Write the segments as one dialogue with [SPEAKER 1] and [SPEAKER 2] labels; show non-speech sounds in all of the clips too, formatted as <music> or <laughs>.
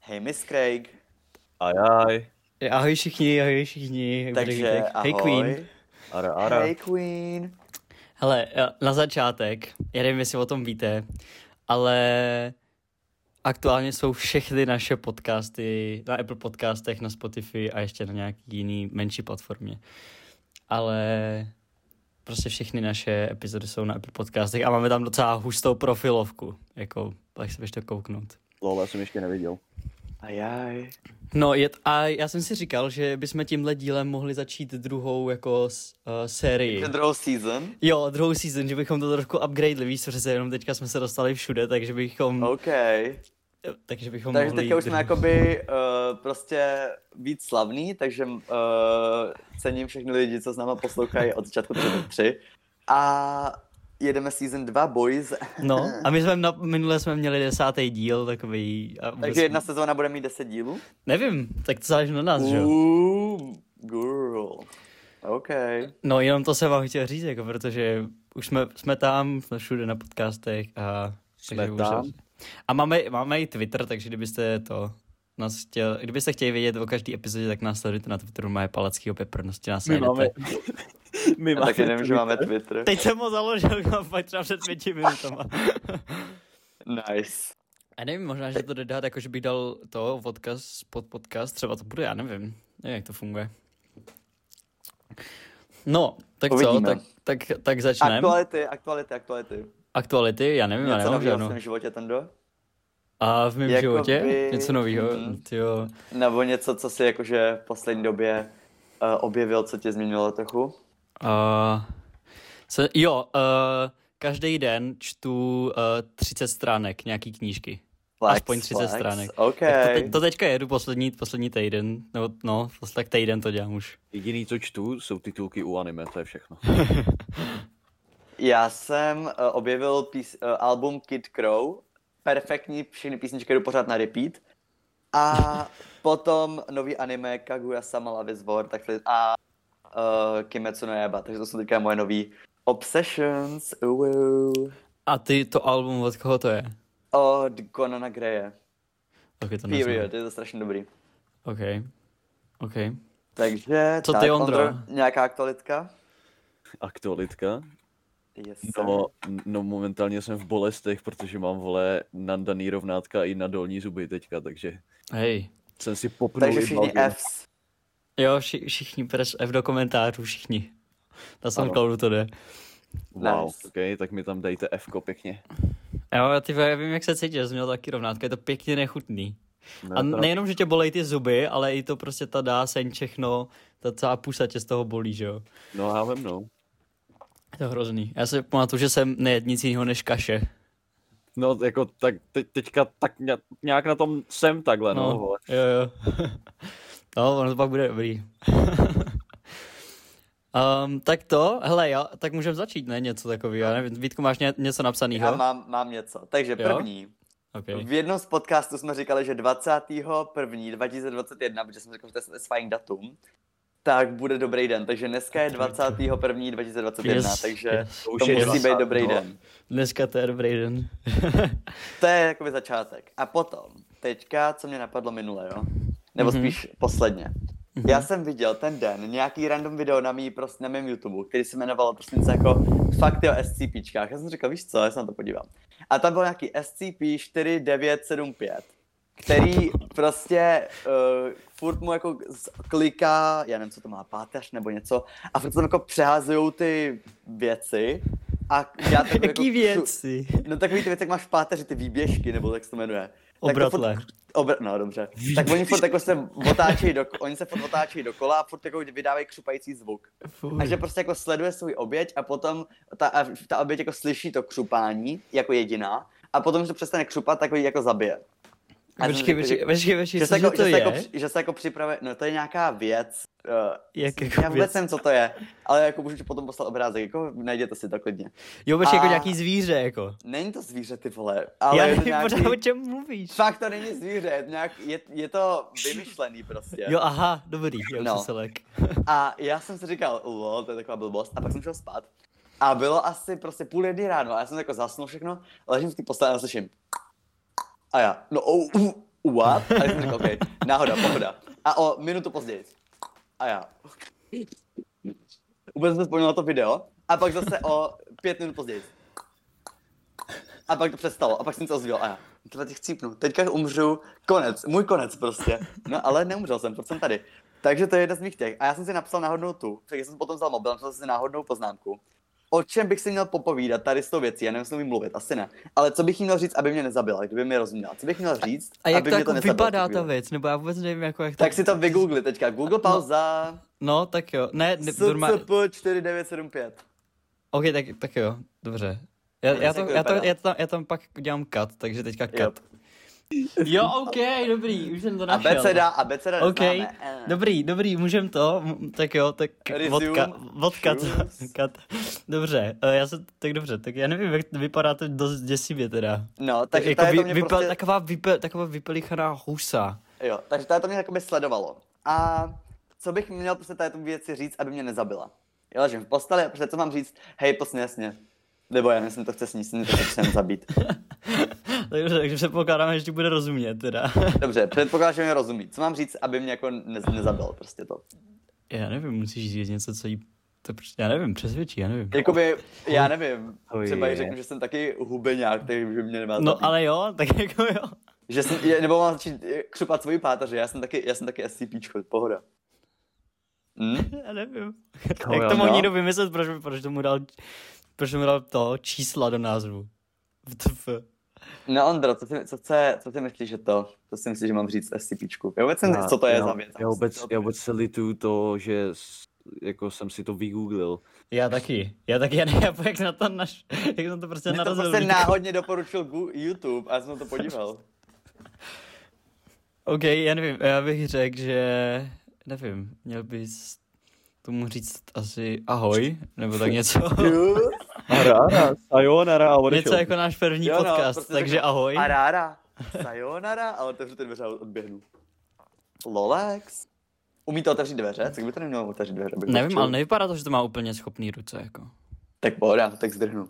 [SPEAKER 1] Hej, Miss Craig.
[SPEAKER 2] Ajaj,
[SPEAKER 3] Ahoj všichni, ahoj všichni.
[SPEAKER 1] Takže
[SPEAKER 3] Dobrý
[SPEAKER 1] ahoj.
[SPEAKER 3] Hej Queen.
[SPEAKER 2] ara, ara.
[SPEAKER 1] Hej, Queen.
[SPEAKER 3] Hele, eh, na začátek, já nevím, jestli o tom víte, ale aktuálně jsou všechny naše podcasty na Apple podcastech, na Spotify a ještě na nějaký jiný menší platformě. Ale prostě všechny naše epizody jsou na Apple podcastech a máme tam docela hustou profilovku. Jako, tak se běžte kouknout.
[SPEAKER 2] Lol, já jsem ještě neviděl.
[SPEAKER 1] Ajaj.
[SPEAKER 3] No je, a já jsem si říkal, že bychom tímhle dílem mohli začít druhou jako s- eh, sérii.
[SPEAKER 1] Ten druhou season.
[SPEAKER 3] Jo, druhou season, že bychom to trošku upgradeli, víš, přece jenom teďka jsme se dostali všude, takže bychom,
[SPEAKER 1] OK.
[SPEAKER 3] takže bychom
[SPEAKER 1] Takže
[SPEAKER 3] Mm. mohli...
[SPEAKER 1] teďka už jsme jako-
[SPEAKER 3] druhou-
[SPEAKER 1] jakoby uh, prostě víc slavný, takže uh, cením všechny lidi, co s náma poslouchají od začátku 3 do 3. A jedeme season 2 boys,
[SPEAKER 3] <laughs>
[SPEAKER 1] <laughs>
[SPEAKER 3] No, a my jsme na, minule jsme měli desátý díl, takový... A vůbec-
[SPEAKER 1] takže jedna sezóna bude mít 10 dílů.
[SPEAKER 3] Nevím, tak to záleží na nás, že jo?
[SPEAKER 1] Ooh, girl. OK.
[SPEAKER 3] No, jenom to jsem vám chtěl říct, jako, protože už jsme, jsme tam, jsme všude na podcastech a...
[SPEAKER 2] Jsme
[SPEAKER 3] takže už-
[SPEAKER 2] tam.
[SPEAKER 3] A máme, máme i Twitter, takže kdybyste to nás chtěl, kdybyste chtěli vědět o každý epizodě, tak nás sledujte na Twitteru, máme Palackýho peprnosti, nás
[SPEAKER 2] My
[SPEAKER 3] najdete.
[SPEAKER 2] máme... My
[SPEAKER 1] Já
[SPEAKER 2] máme...
[SPEAKER 1] taky nevím, že máme Twitter.
[SPEAKER 3] Teď jsem ho založil, <laughs> no, fakt třeba před pěti minutama.
[SPEAKER 1] Nice.
[SPEAKER 3] A nevím, možná, že to jde dát, jako že bych dal to odkaz pod podcast, třeba to bude, já nevím, nevím, jak to funguje. No, tak
[SPEAKER 1] Uvidíme.
[SPEAKER 3] co, tak, tak, tak začneme.
[SPEAKER 1] Aktuality, aktuality, aktuality.
[SPEAKER 3] Aktuality, já nevím, já
[SPEAKER 1] Něco jako
[SPEAKER 3] nemám
[SPEAKER 1] nového v
[SPEAKER 3] žádnou.
[SPEAKER 1] svém životě, Tondo?
[SPEAKER 3] A v mém
[SPEAKER 1] Jakoby-
[SPEAKER 3] životě? Něco nového,
[SPEAKER 1] Mhm.
[SPEAKER 3] tyjo.
[SPEAKER 1] Nebo něco, co si jakože v poslední době uh, objevil, co tě změnilo trochu?
[SPEAKER 3] Uh, se, jo, uh, každý den čtu uh, 30 stránek nějaký knížky.
[SPEAKER 1] Flex,
[SPEAKER 3] Aspoň 30
[SPEAKER 1] flex.
[SPEAKER 3] stránek.
[SPEAKER 1] OK.
[SPEAKER 3] Tak to, te, to teďka jedu poslední, poslední týden, nebo no, pos- tak týden to dělám už.
[SPEAKER 2] Jediný, co čtu, jsou titulky u anime, to je všechno. <laughs>
[SPEAKER 1] Já jsem uh, objevil pís, uh, album Kid Crow, perfektní, všechny písničky jdu pořád na repeat. A potom nový anime Kaguya sama Love is War, takhle, a uh, Kimetsu no Yaiba, takže to jsou teďka moje nový Obsessions, uuu,
[SPEAKER 3] A ty to album od koho to je?
[SPEAKER 1] od Conana Greje.
[SPEAKER 3] Okay, to neznám.
[SPEAKER 1] Period, je to strašně dobrý.
[SPEAKER 3] OK. OK.
[SPEAKER 1] Takže,
[SPEAKER 3] Co ty,
[SPEAKER 1] tak,
[SPEAKER 3] Ondro?
[SPEAKER 1] nějaká aktualitka?
[SPEAKER 2] Aktualitka?
[SPEAKER 1] Yes,
[SPEAKER 2] No, no, momentálně jsem v bolestech, protože mám, vole, nandaný rovnátka i na dolní zuby teďka, takže
[SPEAKER 3] Hej.
[SPEAKER 2] jsem si popnul
[SPEAKER 1] Takže
[SPEAKER 2] i
[SPEAKER 1] všichni
[SPEAKER 2] baldu.
[SPEAKER 1] Fs.
[SPEAKER 3] Jo, vši, všichni pres F do komentářů, všichni. Na
[SPEAKER 2] Ano.
[SPEAKER 3] SoundCloudu to jde.
[SPEAKER 2] Wow,
[SPEAKER 1] Nice.
[SPEAKER 2] okay, tak mi tam dejte F pěkně.
[SPEAKER 3] Jo, ty vole, já vím, jak se cítíš, já jsem měl taky rovnátko, je to pěkně nechutný.
[SPEAKER 2] Ne,
[SPEAKER 3] A
[SPEAKER 2] teda-
[SPEAKER 3] nejenom, že tě bolej ty zuby, ale i to prostě ta dáseň všechno, ta celá pusa tě z toho bolí, že jo.
[SPEAKER 2] No, have mnou.
[SPEAKER 3] Je to hrozný. Já si pamatuju, že jsem nejedl nic jiného než kaše.
[SPEAKER 2] No, jako, tak te, teďka tak ně- nějak na tom jsem takhle, no, no vole.
[SPEAKER 3] jo, jo. <laughs> no, ono to pak bude dobrý. <laughs> um, tak to, hele, já, tak můžem začít, ne, něco takového, já nevím, Vítku, máš ně, něco napsaného?
[SPEAKER 1] Já mám, mám něco. Takže
[SPEAKER 3] Jo?
[SPEAKER 1] první. V jednom z podcastů jsme říkali, že 21. 2021, protože jsem řekl, že to je satisfying datum, tak bude dobrý den. Takže dneska je 21. 2021, takže
[SPEAKER 3] yes.
[SPEAKER 2] To už
[SPEAKER 1] to
[SPEAKER 2] je
[SPEAKER 1] musí
[SPEAKER 2] 20,
[SPEAKER 1] být dobrý
[SPEAKER 2] no.
[SPEAKER 1] den.
[SPEAKER 3] Dneska to je dobrý den.
[SPEAKER 1] To je jakoby začátek. A potom, teďka, co mě napadlo minule, jo? Nebo
[SPEAKER 3] Mhm.
[SPEAKER 1] spíš posledně. Já jsem viděl ten den nějaký random video na mý, prostě, na mém YouTube, který se jmenovalo prostě něco jako fakty o SCPčkách. Já jsem říkal, víš co, já se na to podívám. A tam byl nějaký SCP-4975, který prostě uh, furt mu jako z- kliká, já nevím, co to má, páteř nebo něco, a furt tam jako přehazují ty věci a já jako to
[SPEAKER 3] Jaký věci?
[SPEAKER 1] No takový ty věci, jak máš v páteři, ty výběžky, nebo jak se to jmenuje.
[SPEAKER 3] Obratle.
[SPEAKER 1] Tak to furt, obr, no dobře. Tak oni furt jako se otáčejí do, oni se furt otáčejí dokola a furt jako vydávají křupající zvuk. A že prostě jako sleduje svůj oběť a potom ta, a ta oběť jako slyší to křupání jako jediná a potom, když to přestane křupat, tak ho jí jako zabije. A jsem
[SPEAKER 3] Počkej,
[SPEAKER 1] řekl,
[SPEAKER 3] počkej, počkej, počkej,
[SPEAKER 1] že, že, se
[SPEAKER 3] co
[SPEAKER 1] jako, že,
[SPEAKER 3] že to
[SPEAKER 1] se jako,
[SPEAKER 3] je?
[SPEAKER 1] při- že se jako připravuje, no to je nějaká věc. Uh,
[SPEAKER 3] Jak
[SPEAKER 1] já
[SPEAKER 3] jako
[SPEAKER 1] vůbec
[SPEAKER 3] věc?
[SPEAKER 1] nevím, co to je, ale jako můžu ti potom poslat obrázek, jako najděte si to klidně.
[SPEAKER 3] Jo, počkej, jako
[SPEAKER 1] A-
[SPEAKER 3] nějaký zvíře, jako.
[SPEAKER 1] Není to zvíře, ty vole, ale
[SPEAKER 3] Já
[SPEAKER 1] je to
[SPEAKER 3] nevím
[SPEAKER 1] nějaký...
[SPEAKER 3] pořád, o čem mluvíš.
[SPEAKER 1] Fakt to není zvíře, je, to nějak, je, je to vymyšlený prostě.
[SPEAKER 3] Jo, aha, dobrý, jo,
[SPEAKER 1] No.
[SPEAKER 3] no. selek.
[SPEAKER 1] A já jsem si říkal, lol, to je taková blbost, a pak jsem šel spát. A bylo asi prostě půl jedny ráno, a já jsem jako zasnul všechno, ležím v té posteli a slyším. A já, no, oh, uh, what? A já jsem řekl, OK, náhoda, pohoda. A o minutu později. A já. Vůbec jsem vzpomněl na to video. A pak zase o pět minut později. A pak to přestalo. A pak jsem se ozvěl. A já. Tyhle těch cípnu. Teďka umřu. Konec. Můj konec prostě. No ale neumřel jsem, proč jsem tady. Takže to je jedna z mých těch. A já jsem si napsal náhodnou tu. Takže jsem potom vzal mobil, napsal jsem si náhodnou poznámku. O čem bych si měl popovídat tady s tou věcí? Já nevím, jestli umím mluvit, asi ne. Ale co bych jí měl říct, aby mě nezabila, kdyby mě rozuměla? Co bych měl říct,
[SPEAKER 3] A jak
[SPEAKER 1] aby
[SPEAKER 3] to
[SPEAKER 1] mě
[SPEAKER 3] jako
[SPEAKER 1] nezabilo,
[SPEAKER 3] vypadá
[SPEAKER 1] ty vole?
[SPEAKER 3] ta věc, nebo já vůbec nevím, jako jak to...
[SPEAKER 1] Tak si to vygoogli teďka. Google pauza
[SPEAKER 3] No, tak jo. Ne, ne normálně.
[SPEAKER 1] SCP 4975.
[SPEAKER 3] OK, tak, tak jo, dobře. Já, já,
[SPEAKER 1] Jak
[SPEAKER 3] to,
[SPEAKER 1] to
[SPEAKER 3] já, to,
[SPEAKER 1] vypadá?
[SPEAKER 3] já, to, já tam pak dělám cut, takže teďka
[SPEAKER 1] Jo.
[SPEAKER 3] cut. Jo, OK, dobrý, už jsem to
[SPEAKER 1] A beceda, a beceda
[SPEAKER 3] OK,
[SPEAKER 1] neznáme. Eh.
[SPEAKER 3] dobrý, dobrý, můžem to, m- tak jo, tak
[SPEAKER 1] Resume,
[SPEAKER 3] vodka, vodka,
[SPEAKER 1] shoes.
[SPEAKER 3] kat. dobře, eh, já se, tak dobře, tak já nevím, jak vypadá to dost děsivě teda.
[SPEAKER 1] No, takže
[SPEAKER 3] jako
[SPEAKER 1] jako to
[SPEAKER 3] vy,
[SPEAKER 1] mě
[SPEAKER 3] vypel,
[SPEAKER 1] prostě...
[SPEAKER 3] taková, vypel, taková vypelichaná husa. <laughs>
[SPEAKER 1] Jo, takže tady to mě jakoby sledovalo. A co bych měl prostě tady tu věci říct, aby mě nezabila? Já ležím v posteli a prostě co mám říct? Hej, prostě jasně. Nebo já myslím, to chce sníst, to chce zabít.
[SPEAKER 3] Dobře, takže předpokládám, že ti bude rozumět teda.
[SPEAKER 1] Dobře, předpokládám, že mě rozumí. Co mám říct, aby mě jako nez, nezabil prostě to?
[SPEAKER 3] já nevím, musíš říct něco, co jí, to, př- já nevím, přesvědčí, já nevím.
[SPEAKER 1] Jakoby, já nevím,
[SPEAKER 2] Oj,
[SPEAKER 1] třeba jí
[SPEAKER 2] je.
[SPEAKER 1] řeknu, že jsem taky hubeňák, takže že mě nemá zabít.
[SPEAKER 3] No ale jo, tak jako jo.
[SPEAKER 1] Že jsem, je- nebo mám začít eh, křupat svoji páteře, já jsem taky, já jsem taky SCPčko, pohoda. Hm?
[SPEAKER 3] Já nevím.
[SPEAKER 2] To
[SPEAKER 3] Jak
[SPEAKER 2] jo,
[SPEAKER 3] to mohl
[SPEAKER 1] no.
[SPEAKER 3] někdo vymyslet, proč, proč tomu dal, proč tomu dal to čísla do názvu. VTF.
[SPEAKER 1] No Ondro, co ty, co, chce, co ty myslíš, že to, co si myslíš, že mám říct SCPčku? Já vůbec nevím, co to je
[SPEAKER 2] já,
[SPEAKER 1] za věc.
[SPEAKER 2] Já vůbec, já vůbec se lituju to, že s- jako jsem si to vygooglil.
[SPEAKER 3] Já taky. Já taky, já nevím, jak jsem na to naš, jak jsem to prostě
[SPEAKER 1] Mě to
[SPEAKER 3] narazil.
[SPEAKER 1] prostě
[SPEAKER 3] vždycky.
[SPEAKER 1] náhodně doporučil Gu- YouTube a já jsem na to podíval.
[SPEAKER 3] OK, já nevím, já bych řekl, že nevím, měl bys tomu říct asi ahoj, nebo tak <laughs> něco.
[SPEAKER 1] no,
[SPEAKER 2] Hra, sayonara,
[SPEAKER 3] něco jako náš první
[SPEAKER 1] Jo, no,
[SPEAKER 3] podcast,
[SPEAKER 1] prostě
[SPEAKER 3] takže
[SPEAKER 1] řeknu,
[SPEAKER 3] ahoj.
[SPEAKER 1] A rára, sayonara, a otevřu ty dveře a odběhnu. Lolex. Umí to otevřít dveře? Co by to nemělo otevřít dveře? Bych
[SPEAKER 3] Nevím,
[SPEAKER 1] odčul.
[SPEAKER 3] ale nevypadá to, že to má úplně schopný ruce, jako.
[SPEAKER 1] Tak pohoda, tak zdrhnu.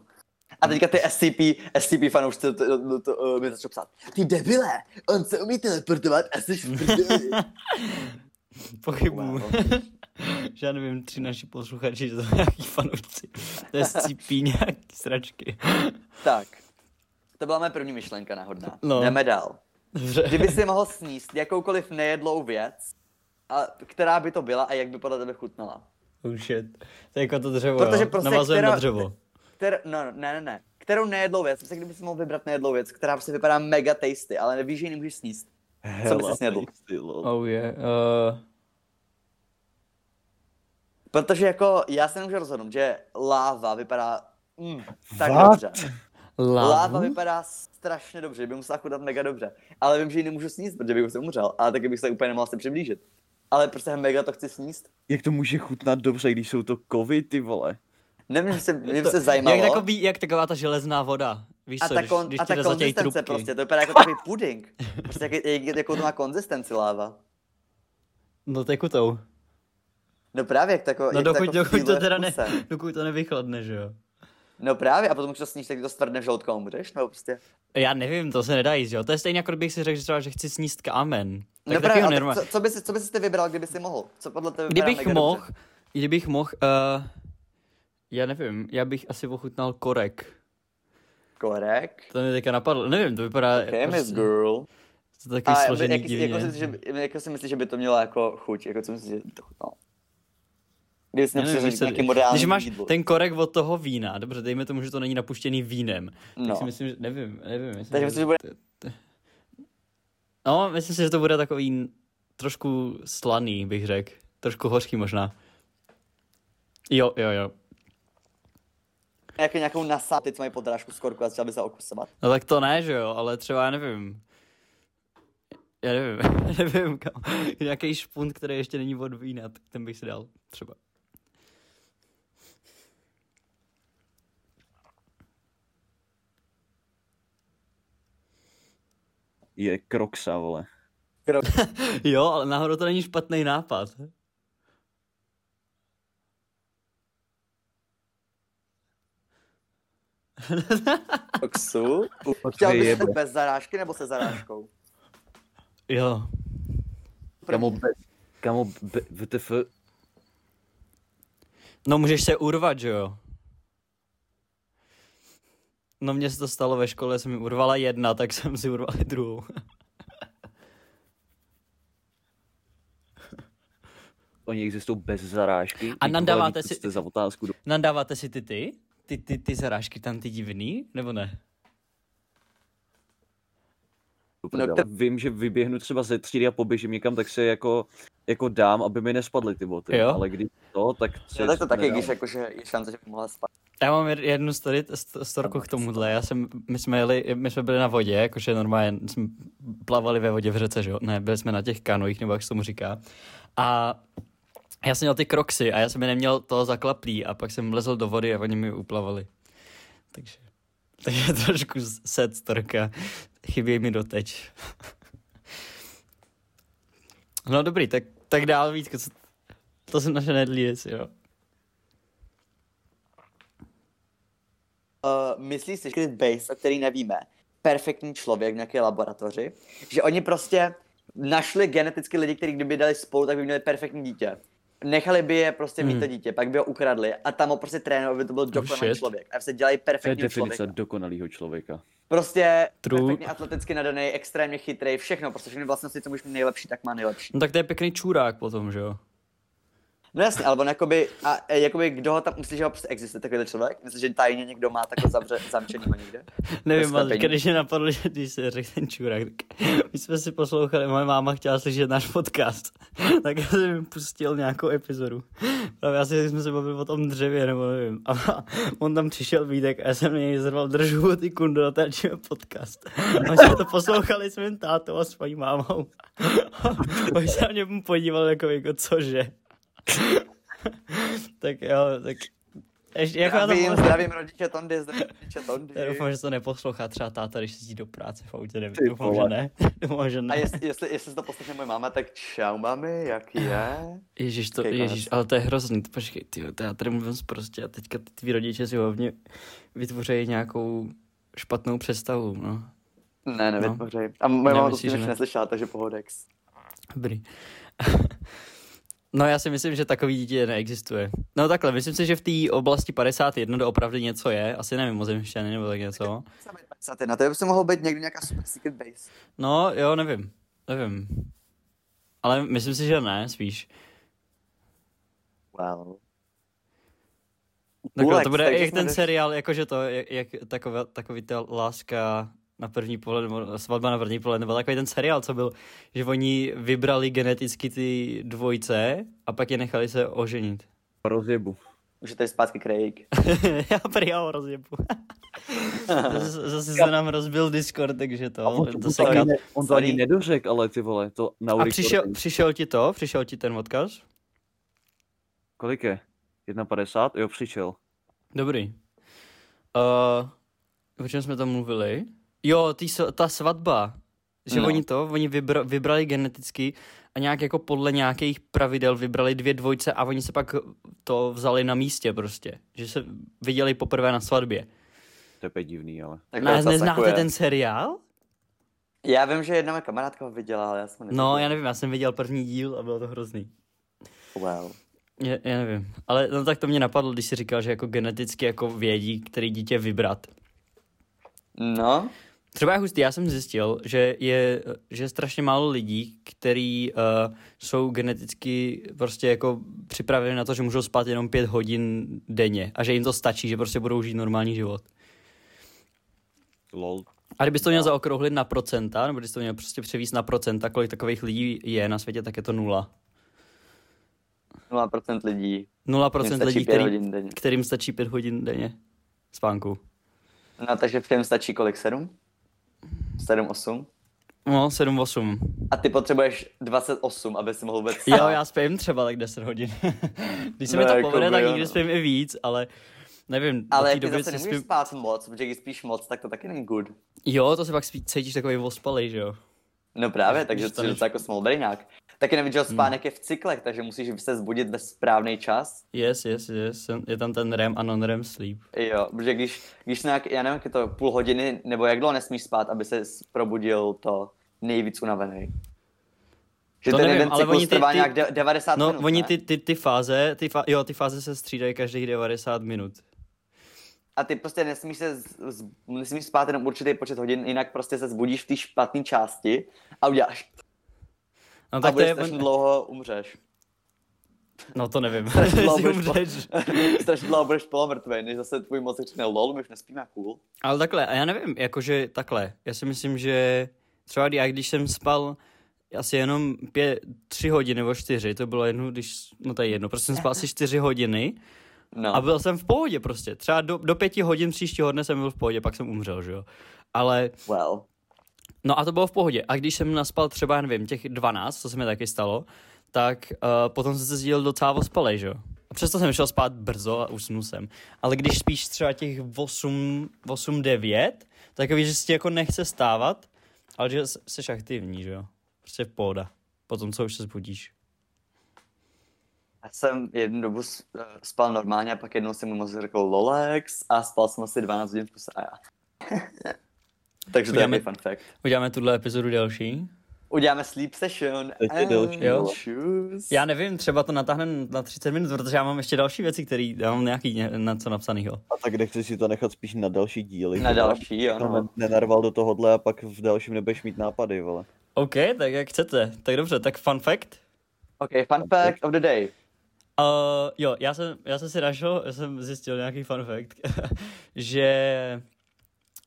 [SPEAKER 1] A teďka ty SCP, SCP fanoušci to, to, to, to, uh, mi začal psát. Ty debile, on se umí teleportovat a jsi v prdeli.
[SPEAKER 3] Pochybuju.
[SPEAKER 1] Wow.
[SPEAKER 3] <laughs> že já nevím, tři naši posluchači, že to jsou nějaký fanoušci. To je scípí nějaký sračky.
[SPEAKER 1] Tak, to byla moje první myšlenka náhodná.
[SPEAKER 3] No.
[SPEAKER 1] No. Jdeme dál.
[SPEAKER 3] Dobře.
[SPEAKER 1] Kdyby si mohl sníst jakoukoliv nejedlou věc, a která by to byla a jak by podle tebe chutnala?
[SPEAKER 3] <laughs> Oh shit. To je jako to dřevo,
[SPEAKER 1] Protože
[SPEAKER 3] jo.
[SPEAKER 1] prostě
[SPEAKER 3] Navazujeme
[SPEAKER 1] která-
[SPEAKER 3] na dřevo.
[SPEAKER 1] Kter... No, no, ne, ne, ne. Kterou nejedlou věc? Prostě kdyby si mohl vybrat nejedlou věc, která prostě vypadá mega tasty, ale nevíš, že ji nemůžeš sníst. Co by si snědl?
[SPEAKER 3] Oh yeah. Uh,
[SPEAKER 1] Protože jako já se nemůžu rozhodnout, že láva vypadá mm, tak
[SPEAKER 2] What?
[SPEAKER 1] dobře. Láva
[SPEAKER 3] láva?
[SPEAKER 1] vypadá strašně dobře, že by musela chudat mega dobře. Ale vím, že ji nemůžu sníst, protože bych se umřel. A taky bych se úplně nemohl se přiblížit. Ale prostě mega to chci sníst.
[SPEAKER 2] Jak to může chutnat dobře, když jsou to kovy, ty vole?
[SPEAKER 1] Nevím, že
[SPEAKER 3] <laughs>
[SPEAKER 1] se, mě
[SPEAKER 3] To-
[SPEAKER 1] se zajímalo.
[SPEAKER 3] Jak, takový, jak taková ta železná voda. Víš
[SPEAKER 1] a
[SPEAKER 3] co,
[SPEAKER 1] ta,
[SPEAKER 3] když,
[SPEAKER 1] kon,
[SPEAKER 3] když
[SPEAKER 1] a
[SPEAKER 3] ti
[SPEAKER 1] ta
[SPEAKER 3] to zatějí
[SPEAKER 1] konzistence
[SPEAKER 3] trubky.
[SPEAKER 1] prostě, to vypadá jako
[SPEAKER 3] <laughs>
[SPEAKER 1] takový puding. Prostě jak, jak, jakou to má konzistenci láva.
[SPEAKER 3] No tekutou.
[SPEAKER 1] No právě, jak tako,
[SPEAKER 3] No
[SPEAKER 1] jak
[SPEAKER 3] dokud,
[SPEAKER 1] tako
[SPEAKER 3] dokud to
[SPEAKER 1] chvíle
[SPEAKER 3] teda
[SPEAKER 1] v
[SPEAKER 3] ne,
[SPEAKER 1] kuse.
[SPEAKER 3] dokud to nevychladne, že jo.
[SPEAKER 1] No právě, a potom, když to sníš, tak ti to stvrdne v žaludku a umřeš, no prostě.
[SPEAKER 3] Já nevím, to se nedá jíst, jo. To je stejně jako kdybych si řekl, že třeba, že chci sníst kámen. Tak
[SPEAKER 1] no
[SPEAKER 3] taky
[SPEAKER 1] právě,
[SPEAKER 3] ho
[SPEAKER 1] a
[SPEAKER 3] normálně.
[SPEAKER 1] tak co, co, bys, co bys ty vybral, kdyby si mohl? Co podle tebe vypadá
[SPEAKER 3] Kdybych
[SPEAKER 1] mega
[SPEAKER 3] mohl,
[SPEAKER 1] Dobře?
[SPEAKER 3] kdybych mohl, uh, já nevím, já bych asi ochutnal korek.
[SPEAKER 1] Korek.
[SPEAKER 3] To mi teďka napadlo, nevím, to vypadá prostě
[SPEAKER 1] Famous girl.
[SPEAKER 3] to je takový
[SPEAKER 1] A
[SPEAKER 3] složený
[SPEAKER 1] jaký,
[SPEAKER 3] divně.
[SPEAKER 1] jako, si, myslíš, že, by- jako si myslíš, že by to mělo jako chuť? Jako co myslíš, že by to chutnalo? Kdyby jsi
[SPEAKER 3] Já nevím,
[SPEAKER 1] nepřišel
[SPEAKER 3] víš co,
[SPEAKER 1] nějaký moderální
[SPEAKER 3] Když máš
[SPEAKER 1] jídlo.
[SPEAKER 3] ten korek od toho vína, dobře, dejme tomu, že to není napuštěný vínem, no. tak
[SPEAKER 1] No.
[SPEAKER 3] si myslím, že nevím, nevím. Myslím,
[SPEAKER 1] Takže myslím, že bude...
[SPEAKER 3] No, myslím si, že to bude takový trošku slaný, bych řekl. Trošku hořký možná. Jo, jo, jo.
[SPEAKER 1] Jako nějakou nasá, teď mají podrážku z korku a začal by se
[SPEAKER 3] <laughs>
[SPEAKER 1] okusovat.
[SPEAKER 3] No tak to ne, že jo, ale třeba já nevím. Já nevím, <laughs> nevím kam. Nějaký špunt, který ještě není od vína, tak ten bych si dal třeba.
[SPEAKER 2] Je kroksa, vole.
[SPEAKER 1] Krok.
[SPEAKER 3] Jo, ale náhodou to není špatný nápad.
[SPEAKER 1] Koksu. Chtěl
[SPEAKER 2] je
[SPEAKER 1] bys
[SPEAKER 2] jebe.
[SPEAKER 1] to bez zarážky nebo se zarážkou?
[SPEAKER 3] Jo.
[SPEAKER 2] Kamo, be, kamo be, VTF,
[SPEAKER 3] No můžeš se urvat, že jo? No mně se to stalo ve škole, jsem mi urvala jedna, tak jsem si urval i druhou.
[SPEAKER 2] oni existují bez zarážky. Ty
[SPEAKER 3] A
[SPEAKER 2] vole,
[SPEAKER 3] nandáváte
[SPEAKER 2] víte, co
[SPEAKER 3] si-
[SPEAKER 2] Jste za otázku do...
[SPEAKER 3] Nandáváte No, si ty ty? Ty, ty, ty zarážky tam ty divný, nebo ne?
[SPEAKER 2] No,
[SPEAKER 1] to-
[SPEAKER 2] Vím, že vyběhnu třeba ze třídy a poběžím někam, tak se jako, jako dám, aby mi nespadly ty boty.
[SPEAKER 3] Jo.
[SPEAKER 2] Ale když to, tak... se-
[SPEAKER 1] Jo, No, tak to taky,
[SPEAKER 2] nedám.
[SPEAKER 1] když jakože je šance, že by mohla spát.
[SPEAKER 3] Já mám jed- jednu story, st- storku k tomuhle. Já jsem, my jsme jeli, my jsme byli na vodě, jakože normálně jsme plavali ve vodě v řece, že jo? Ne, byli jsme na těch kanojích, nebo jak se tomu říká. A já jsem měl ty kroxy a já jsem je neměl to zaklaplý a pak jsem lezl do vody a oni mi uplavali. Takže, <laughs> takže trošku set storka. Chybí mi doteď. <laughs> No dobrý, tak, tak dál víc, co, to jsou naše nedlí věci, jo.
[SPEAKER 1] Uh, myslí si, že Base, o který nevíme, perfektní člověk v nějaké laboratoři, že oni prostě našli geneticky lidi, kteří kdyby dali spolu, tak by měli perfektní dítě. Nechali by je prostě
[SPEAKER 2] Hmm.
[SPEAKER 1] mít to dítě, pak by ho ukradli a tam ho prostě trénovali, aby to byl dokonalý
[SPEAKER 3] shit.
[SPEAKER 1] člověk. A se dělají
[SPEAKER 2] Oh, To je
[SPEAKER 1] perfektní
[SPEAKER 2] definice
[SPEAKER 1] člověk.
[SPEAKER 2] dokonalého člověka.
[SPEAKER 1] Prostě
[SPEAKER 3] True.
[SPEAKER 1] perfektně atleticky nadaný, extrémně chytrý, všechno, prostě všechny vlastnosti, co můžeš mít nejlepší, tak má nejlepší.
[SPEAKER 3] No tak to je pěkný čurák potom, že jo?
[SPEAKER 1] No jasně, ale on jakoby, a, e, jakoby kdo ho tam, myslíš, že ho prostě existuje takovýhle člověk? Myslíš, že tajně někdo má takhle zavře, zamčenýho někde?
[SPEAKER 3] Nevím, ale
[SPEAKER 1] sklepení.
[SPEAKER 3] teďka, když mě napadlo, že když se řekl ten čurák, tak my jsme si poslouchali, moje máma chtěla slyšet náš podcast, <laughs> tak já jsem jim pustil nějakou epizodu. Právě asi jsme se bavili o tom dřevě, nebo nevím. A on tam přišel Vítek a já jsem něj zrval držu ty kundu, natáčíme podcast. A my jsme to poslouchali s mým tátou a s paní mámou. <laughs> A on se na mě podíval jako, jako cože. <laughs> tak jo, tak... Ještě, jako já to
[SPEAKER 1] Zdravím,
[SPEAKER 3] považuji-
[SPEAKER 1] zdravím rodiče Tondy, zdravím rodiče Tondy.
[SPEAKER 3] já doufám, že to neposlouchá třeba táta, když jezdí do práce v autě, nevím,
[SPEAKER 2] Ty
[SPEAKER 3] doufám, že
[SPEAKER 2] vole.
[SPEAKER 3] ne. <laughs> doufám, že
[SPEAKER 1] A
[SPEAKER 3] ne.
[SPEAKER 1] jestli, jestli, jestli to poslechne moje máma, tak čau mami, jak je?
[SPEAKER 3] Ježíš, to,
[SPEAKER 1] Počkej,
[SPEAKER 3] ježíš, ale to je hrozný, to počkej, ty, to já tady mluvím prostě a teďka ty tví rodiče si hlavně vytvoří nějakou špatnou představu, no.
[SPEAKER 1] Ne,
[SPEAKER 3] No.
[SPEAKER 1] nevím, no. A moje máma to
[SPEAKER 3] Nemyslíš,
[SPEAKER 1] tím ještě
[SPEAKER 3] že ne?
[SPEAKER 1] neslyšela, takže pohodex.
[SPEAKER 3] Dobrý. <laughs> No já si myslím, že takový dítě neexistuje. No takhle, myslím si, že v té oblasti 51 doopravdy něco je, asi nevím, mozemšťany nebo tak něco.
[SPEAKER 1] 51, to by se mohlo být někdy nějaká super secret base.
[SPEAKER 3] No jo, nevím, nevím. Ale myslím si, že ne, spíš.
[SPEAKER 1] Wow.
[SPEAKER 3] Takhle,
[SPEAKER 1] Ulek,
[SPEAKER 3] to bude
[SPEAKER 1] takže
[SPEAKER 3] jak
[SPEAKER 1] jsme
[SPEAKER 3] ten
[SPEAKER 1] doš-
[SPEAKER 3] seriál, jakože to, jak, jak taková, takový ta láska na první pohled, nebo svatba na první pohled, nebo takový ten seriál, co byl, že oni vybrali geneticky ty dvojce a pak je nechali se oženit.
[SPEAKER 2] Rozjebu.
[SPEAKER 1] Už je tady zpátky Craig.
[SPEAKER 3] <laughs> Já prý já ho rozjebu. <laughs> Zase- Zase se nám rozbil Discord, takže to, to se
[SPEAKER 2] ani,
[SPEAKER 3] kat...
[SPEAKER 2] ne, on to
[SPEAKER 1] Sorry.
[SPEAKER 2] ani nedořek, ale ty vole, to na
[SPEAKER 3] A
[SPEAKER 2] recording.
[SPEAKER 3] přišel, přišel ti to? Přišel ti ten odkaz?
[SPEAKER 2] Kolik je? 1,50? Jo, přišel.
[SPEAKER 3] Dobrý. Uh, o čem jsme tam mluvili? Jo, tý, s- ta svatba. Že
[SPEAKER 1] No.
[SPEAKER 3] no. oni to, oni vybr, vybrali geneticky a nějak jako podle nějakých pravidel vybrali dvě dvojce a oni se pak to vzali na místě prostě. Že se viděli poprvé na svatbě.
[SPEAKER 2] To je pět divný, ale.
[SPEAKER 1] Tak to
[SPEAKER 3] Ne,
[SPEAKER 1] docela
[SPEAKER 3] neznáte
[SPEAKER 1] sakuje.
[SPEAKER 3] ten seriál?
[SPEAKER 1] Já vím, že jedna moje kamarádka ho viděla, ale já jsem ho
[SPEAKER 3] No, já nevím, já jsem viděl první díl a bylo to hrozný.
[SPEAKER 1] Wow.
[SPEAKER 3] Já, já nevím, ale no tak to mě napadlo, když jsi říkal, že jako geneticky jako vědí, který dítě vybrat.
[SPEAKER 1] No,
[SPEAKER 3] Třeba je hustý, já jsem zjistil, že je, že je strašně málo lidí, kteří uh, jsou geneticky prostě jako připraveni na to, že můžou spát jenom pět hodin denně a že jim to stačí, že prostě budou žít normální život.
[SPEAKER 2] Lol.
[SPEAKER 3] A kdybys to měl zaokrouhlit na procenta, nebo kdybys to měl prostě převíst na procenta, kolik takových lidí je na světě, tak je to nula.
[SPEAKER 1] 0% lidí. Mně
[SPEAKER 3] 0%
[SPEAKER 1] stačí
[SPEAKER 3] lidí,
[SPEAKER 1] pět
[SPEAKER 3] který,
[SPEAKER 1] hodin denně.
[SPEAKER 3] kterým stačí pět hodin denně spánku.
[SPEAKER 1] No, takže všem stačí kolik? 7? 7, 8?
[SPEAKER 3] No, 7-8.
[SPEAKER 1] A ty potřebuješ 28, aby si mohl vůbec
[SPEAKER 3] <laughs> Jo, já spím třeba tak 10 hodin. <laughs> Když se mi
[SPEAKER 1] No,
[SPEAKER 3] to
[SPEAKER 1] jako
[SPEAKER 3] povede, tak
[SPEAKER 1] jo,
[SPEAKER 3] někdy
[SPEAKER 1] no.
[SPEAKER 3] spím i víc, ale nevím,
[SPEAKER 1] Ale
[SPEAKER 3] do
[SPEAKER 1] ty
[SPEAKER 3] té doby
[SPEAKER 1] zase
[SPEAKER 3] si
[SPEAKER 1] nemůžeš
[SPEAKER 3] spím...
[SPEAKER 1] spát moc, protože když spíš moc, tak to taky není good.
[SPEAKER 3] Jo, to se pak spí... cítíš takový ospalej, že jo?
[SPEAKER 1] No právě, takže
[SPEAKER 3] Když
[SPEAKER 1] to
[SPEAKER 3] to Hmm.
[SPEAKER 1] je
[SPEAKER 3] než-
[SPEAKER 1] docela jako small brainák. Taky nevím, že spánek je v cyklech, takže musíš se zbudit ve správný čas.
[SPEAKER 3] Yes, yes, yes, jsem- je tam ten REM a non-REM sleep.
[SPEAKER 1] Jo, protože když, když nějak, já nevím, jak je to půl hodiny, nebo jak dlouho nesmíš spát, aby se probudil to nejvíc unavený. Že
[SPEAKER 3] To
[SPEAKER 1] ten
[SPEAKER 3] nevím,
[SPEAKER 1] jeden
[SPEAKER 3] ale
[SPEAKER 1] cyklus
[SPEAKER 3] oni ty-
[SPEAKER 1] trvá
[SPEAKER 3] ty-
[SPEAKER 1] nějak de- 90
[SPEAKER 3] No,
[SPEAKER 1] minut,
[SPEAKER 3] oni
[SPEAKER 1] ne?
[SPEAKER 3] ty, ty, ty fáze, ty fa- jo, ty fáze se střídají každých 90 minut.
[SPEAKER 1] A ty prostě nesmíš, se z, z, nesmíš spát jenom určitý počet hodin, jinak prostě se zbudíš v té špatné části a uděláš.
[SPEAKER 3] No
[SPEAKER 1] A
[SPEAKER 3] tak to
[SPEAKER 1] budeš
[SPEAKER 3] je...
[SPEAKER 1] strašně dlouho
[SPEAKER 3] <laughs>
[SPEAKER 1] umřeš.
[SPEAKER 3] No to nevím.
[SPEAKER 1] Strašně dlouho
[SPEAKER 3] <laughs> Jestli
[SPEAKER 1] budeš po- <laughs>
[SPEAKER 3] umřeš.
[SPEAKER 1] strašně dlouho budeš polomrtvej, než zase tvůj mozek řekne lol, my už nespíme, cool.
[SPEAKER 3] Ale takhle, a já nevím, jakože takhle. Já si myslím, že třeba já, když jsem spal asi jenom pě, tři hodiny nebo čtyři, to bylo jedno, když, no to je jedno, prostě jsem spal asi čtyři hodiny
[SPEAKER 1] No.
[SPEAKER 3] a byl jsem v pohodě prostě. Třeba do, do pěti hodin příštího dne jsem byl v pohodě, pak jsem umřel, že jo. Ale
[SPEAKER 1] Well.
[SPEAKER 3] No a to bylo v pohodě. A když jsem naspal třeba, já nevím, těch 12, co se mi taky stalo, tak uh, potom jsem se zdělil docela ospalej, že jo. A přesto jsem šel spát brzo a usnul jsem. Ale když spíš třeba těch 8, 8 9, tak víš, že se ti jako nechce stávat, ale že jsi jsi aktivní, že jo. Prostě pohoda. Potom, co už se zbudíš.
[SPEAKER 1] Já jsem jednu dobu s- eh, spal normálně a pak jednou jsem mu mozek řekl Lolex a spal jsem asi 12 hodin v kuse a já. <laughs> Takže to je
[SPEAKER 3] Uděláme-
[SPEAKER 1] takový fun fact.
[SPEAKER 3] Uděláme tuhle epizodu další.
[SPEAKER 1] Uděláme sleep session.
[SPEAKER 2] Teď je
[SPEAKER 1] and
[SPEAKER 2] další.
[SPEAKER 3] Jo.
[SPEAKER 1] choose.
[SPEAKER 3] Já nevím, třeba to natáhneme na 30 minut, protože já mám ještě další věci, které já mám nějaký ně- na co napsanýho.
[SPEAKER 2] A tak nechci si to nechat spíš na další díly.
[SPEAKER 1] Na
[SPEAKER 2] že?
[SPEAKER 1] další, jo.
[SPEAKER 2] No,
[SPEAKER 1] No.
[SPEAKER 2] nenarval do tohohle a pak v dalším nebudeš mít nápady, vole.
[SPEAKER 3] OK, tak jak chcete. Tak dobře, tak fun fact.
[SPEAKER 1] OK, fun fact of the day.
[SPEAKER 3] Uh, jo, já jsem, já jsem si našel, já jsem zjistil nějaký fun fact, <laughs> že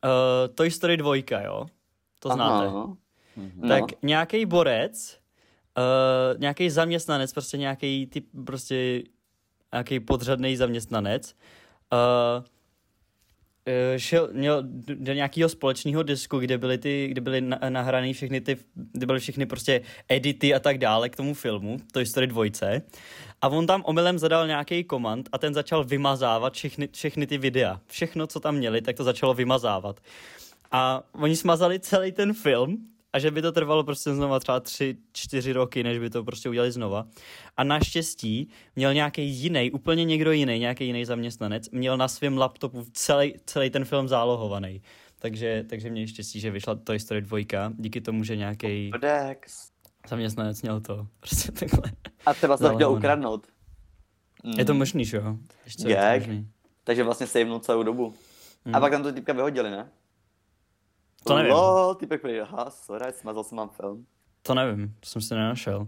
[SPEAKER 3] uh, Toy Story 2, jo, to znáte, Aha,
[SPEAKER 1] Aha.
[SPEAKER 2] Mhm.
[SPEAKER 1] No.
[SPEAKER 3] tak nějaký borec, uh, nějaký zaměstnanec, prostě nějaký typ, prostě nějaký podřadný zaměstnanec, uh, eh, šel, měl d- do nějakého společného disku, kde byly ty, kde byly na- nahraný všechny ty, kde byly všechny prostě edity a tak dále k tomu filmu, Toy Story 2. A on tam omylem zadal nějaký komand a ten začal vymazávat všechny, všechny ty videa. Všechno, co tam měli, tak to začalo vymazávat. A oni smazali celý ten film a že by to trvalo prostě znova třeba tři, čtyři roky, než by to prostě udělali znova. A naštěstí měl nějaký jiný, úplně někdo jiný, nějaký jiný zaměstnanec, měl na svém laptopu celý, celý ten film zálohovaný. Takže, takže měli štěstí, že vyšla Toy Story 2, díky tomu, že nějaký
[SPEAKER 1] Kodex.
[SPEAKER 3] zaměstnanec měl to. <laughs> Prostě takhle.
[SPEAKER 1] A třeba se to
[SPEAKER 3] Zálohovaný.
[SPEAKER 1] chtěl ukradnout. Mm.
[SPEAKER 3] Je to možný, že jo? Ještě je to
[SPEAKER 1] Jak?
[SPEAKER 3] možný.
[SPEAKER 1] Takže vlastně sejmnul celou dobu. A pak tam to typka vyhodili, ne?
[SPEAKER 3] Mhm. To nevím.
[SPEAKER 1] Lol, typek prý, aha, sorry, smazal jsem vám film.
[SPEAKER 3] To nevím, to jsem si nenašel.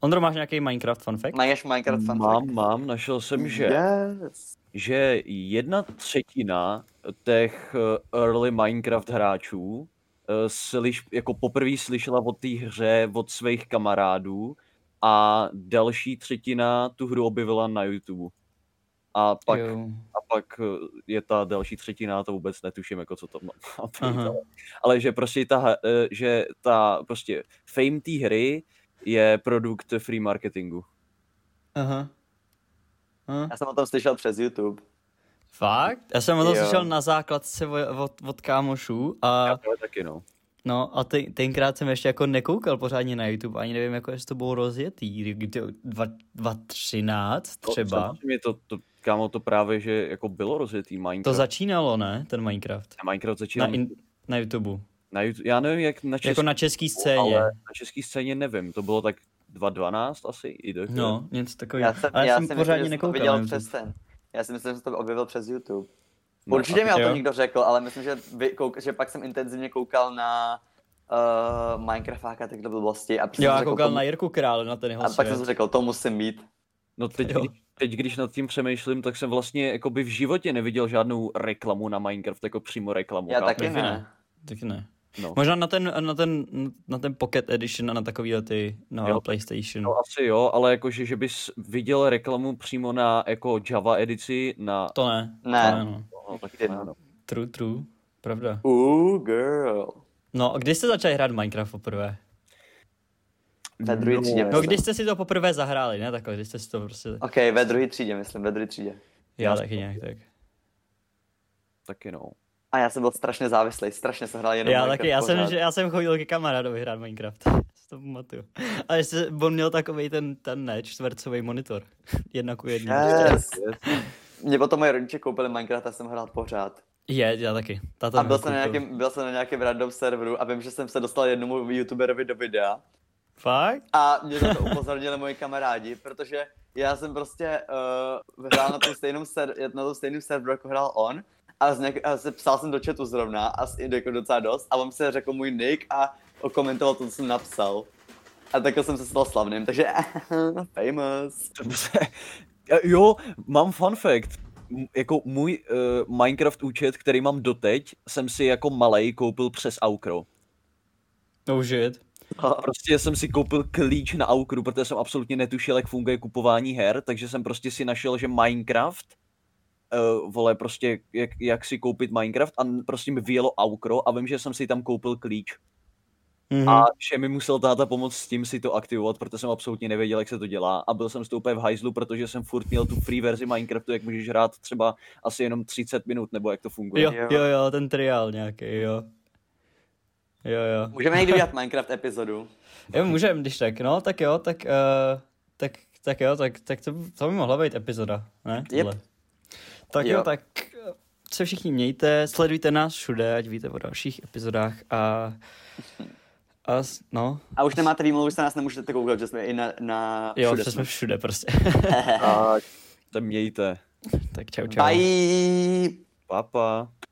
[SPEAKER 3] Ondro, máš nějaký Minecraft fun fact?
[SPEAKER 1] Máš Minecraft fun fact?
[SPEAKER 2] Mám, mám, našel jsem, že,
[SPEAKER 1] Yes.
[SPEAKER 2] že jedna třetina těch eh, early Minecraft hráčů eh, slyš, jako poprvé slyšela o té hře od svých kamarádů a další třetina tu hru objevila na YouTube. A pak,
[SPEAKER 3] Jo.
[SPEAKER 2] a pak eh, je ta další třetina, a to vůbec netuším, jako co to má. <laughs> být,
[SPEAKER 3] Aha.
[SPEAKER 2] ale- ale že prostě ta, ha- eh, že ta prostě fame té hry je produkt free marketingu.
[SPEAKER 3] Aha. Aha.
[SPEAKER 1] Já jsem o tom slyšel přes YouTube.
[SPEAKER 3] Fakt? Já jsem o tom
[SPEAKER 1] Jo.
[SPEAKER 3] slyšel na základce od, od, od kámošů a,
[SPEAKER 2] Já tohle taky no.
[SPEAKER 3] no, a ten, tenkrát jsem ještě jako nekoukal pořádně na YouTube, ani nevím, jako jestli to bylo rozjetý, kdy 2013
[SPEAKER 2] To-
[SPEAKER 3] třeba.
[SPEAKER 2] samozřejmě To, to, kámo, to právě, že jako bylo rozjetý Minecraft.
[SPEAKER 3] To začínalo, ne, ten Minecraft?
[SPEAKER 2] Minecraft
[SPEAKER 3] Na,
[SPEAKER 2] začínal na,
[SPEAKER 3] in, na YouTube.
[SPEAKER 2] YouTube. Já nevím, jak na české
[SPEAKER 3] Jako na český scéně.
[SPEAKER 2] ale na české scéně nevím. To bylo tak 2.12 asi? I do-
[SPEAKER 3] No, něco
[SPEAKER 1] Já
[SPEAKER 3] takového.
[SPEAKER 1] jsem,
[SPEAKER 3] Ale já jsem
[SPEAKER 1] si
[SPEAKER 3] pořádně
[SPEAKER 1] myslím, že jsem to
[SPEAKER 3] nekoukal. na
[SPEAKER 1] viděl
[SPEAKER 3] YouTube.
[SPEAKER 1] přes ten. Já si myslím, že jsem to objevil přes YouTube.
[SPEAKER 2] No,
[SPEAKER 1] Určitě mi o
[SPEAKER 3] jo.
[SPEAKER 1] tom někdo řekl, ale myslím, že, vy, kouk, že pak jsem intenzivně koukal na uh, Minecraftáka takhle blbosti. vlastně- A
[SPEAKER 3] Jo, já koukal na Jirku Krále, na ten jeho
[SPEAKER 1] A pak jsem
[SPEAKER 3] svět.
[SPEAKER 1] si řekl, to musím mít.
[SPEAKER 2] No teď,
[SPEAKER 3] Jo.
[SPEAKER 2] když- teď, když nad tím přemýšlím, tak jsem vlastně jako by v životě neviděl žádnou reklamu na Minecraft, jako přímo reklamu.
[SPEAKER 1] Já
[SPEAKER 2] chápeš?
[SPEAKER 1] taky
[SPEAKER 3] taky
[SPEAKER 1] ne.
[SPEAKER 3] ne. Tak ne.
[SPEAKER 2] No.
[SPEAKER 3] Možná na ten, na ten, na ten Pocket Edition a na takový ty, no,
[SPEAKER 2] Jo.
[SPEAKER 3] PlayStation.
[SPEAKER 2] No asi jo, ale jakože, že bys viděl reklamu přímo na jako Java edici na...
[SPEAKER 3] To ne.
[SPEAKER 1] Ne.
[SPEAKER 3] To ne no.
[SPEAKER 2] No, tak
[SPEAKER 1] Nikdy
[SPEAKER 2] ne,
[SPEAKER 1] ne.
[SPEAKER 2] no.
[SPEAKER 3] True, true. Pravda.
[SPEAKER 1] Ooh, girl.
[SPEAKER 3] No, a kdy jste začali hrát Minecraft poprvé?
[SPEAKER 1] Ve druhé třídě.
[SPEAKER 3] No,
[SPEAKER 1] myslím.
[SPEAKER 3] kdy jste si to poprvé zahráli, ne takhle, kdy jste si to prostě...
[SPEAKER 1] OK, ve druhé třídě, myslím, ve druhé třídě.
[SPEAKER 3] Já taky nějak tak.
[SPEAKER 2] Taky no.
[SPEAKER 1] A já jsem byl strašně závislý, strašně jsem hrál jenom
[SPEAKER 3] Já
[SPEAKER 1] Minecraft
[SPEAKER 3] taky, já jsem,
[SPEAKER 1] pořád.
[SPEAKER 3] že, já jsem chodil ke kamarádovi hrát Minecraft. <laughs> Si to pamatuju. A ještě on měl takový ten, ten ne, čtvercový monitor. <laughs> Jedna ku jedný.
[SPEAKER 1] Yes. Mě potom moje rodiče koupili Minecraft a jsem hrál pořád.
[SPEAKER 3] Je, já taky. Tato
[SPEAKER 1] A
[SPEAKER 3] mi
[SPEAKER 1] byl
[SPEAKER 3] ho
[SPEAKER 1] jsem, na
[SPEAKER 3] koupil.
[SPEAKER 1] nějakém, byl jsem na nějakém random serveru a vím, že jsem se dostal jednomu youtuberovi do videa
[SPEAKER 3] Fakt?
[SPEAKER 1] A mě na to upozornili moji kamarádi, protože já jsem prostě uh, hrál na tom stejném ser- na tom stejném serveru, jako hrál on. A, z něk- a se psal jsem do chatu zrovna a s jako docela dost a on se řekl můj nick a komentoval to, co jsem napsal. A takhle jsem se stal slavným, takže <laughs> famous.
[SPEAKER 2] Dobře. Eh, <laughs> Jo, mám fun fact. M- Jako můj uh, Minecraft účet, který mám doteď, jsem si jako malej koupil přes Aukro.
[SPEAKER 3] No shit.
[SPEAKER 2] Prostě jsem si koupil klíč na Aukru, protože jsem absolutně netušil, jak funguje kupování her, takže jsem prostě si našel, že Minecraft, uh, vole, prostě jak, jak si koupit Minecraft a n- prostě mi vyjelo Aukro a vím, že jsem si tam koupil klíč.
[SPEAKER 3] Mhm.
[SPEAKER 2] A že mi musel táta pomoct s tím si to aktivovat, protože jsem absolutně nevěděl, jak se to dělá. A byl jsem s tou úplně v hajzlu, protože jsem furt měl tu free verzi Minecraftu, jak můžeš hrát třeba asi jenom 30 minut, nebo jak to funguje.
[SPEAKER 3] Jo, jo, jo, ten triál nějaký, jo. Jo, jo.
[SPEAKER 1] Můžeme někdy udělat Minecraft epizodu.
[SPEAKER 3] Jo, můžem, když tak, no, tak jo, tak, uh, tak, tak jo, tak, tak to, to by mohla být epizoda, ne?
[SPEAKER 1] Yep.
[SPEAKER 3] Tohle. Tak jo,
[SPEAKER 1] Jo.
[SPEAKER 3] jo tak eh, se všichni mějte, sledujte nás všude, ať víte o dalších epizodách a, a s- no,
[SPEAKER 1] A už nemáte výmluvu, že se nás nemůžete koukat, že jsme i na, na
[SPEAKER 3] jo,
[SPEAKER 1] všude
[SPEAKER 3] že jsme všude prostě. <laughs>
[SPEAKER 2] Tak, to mějte.
[SPEAKER 3] tak čau, čau.
[SPEAKER 1] Bye!
[SPEAKER 2] Papa. Pa.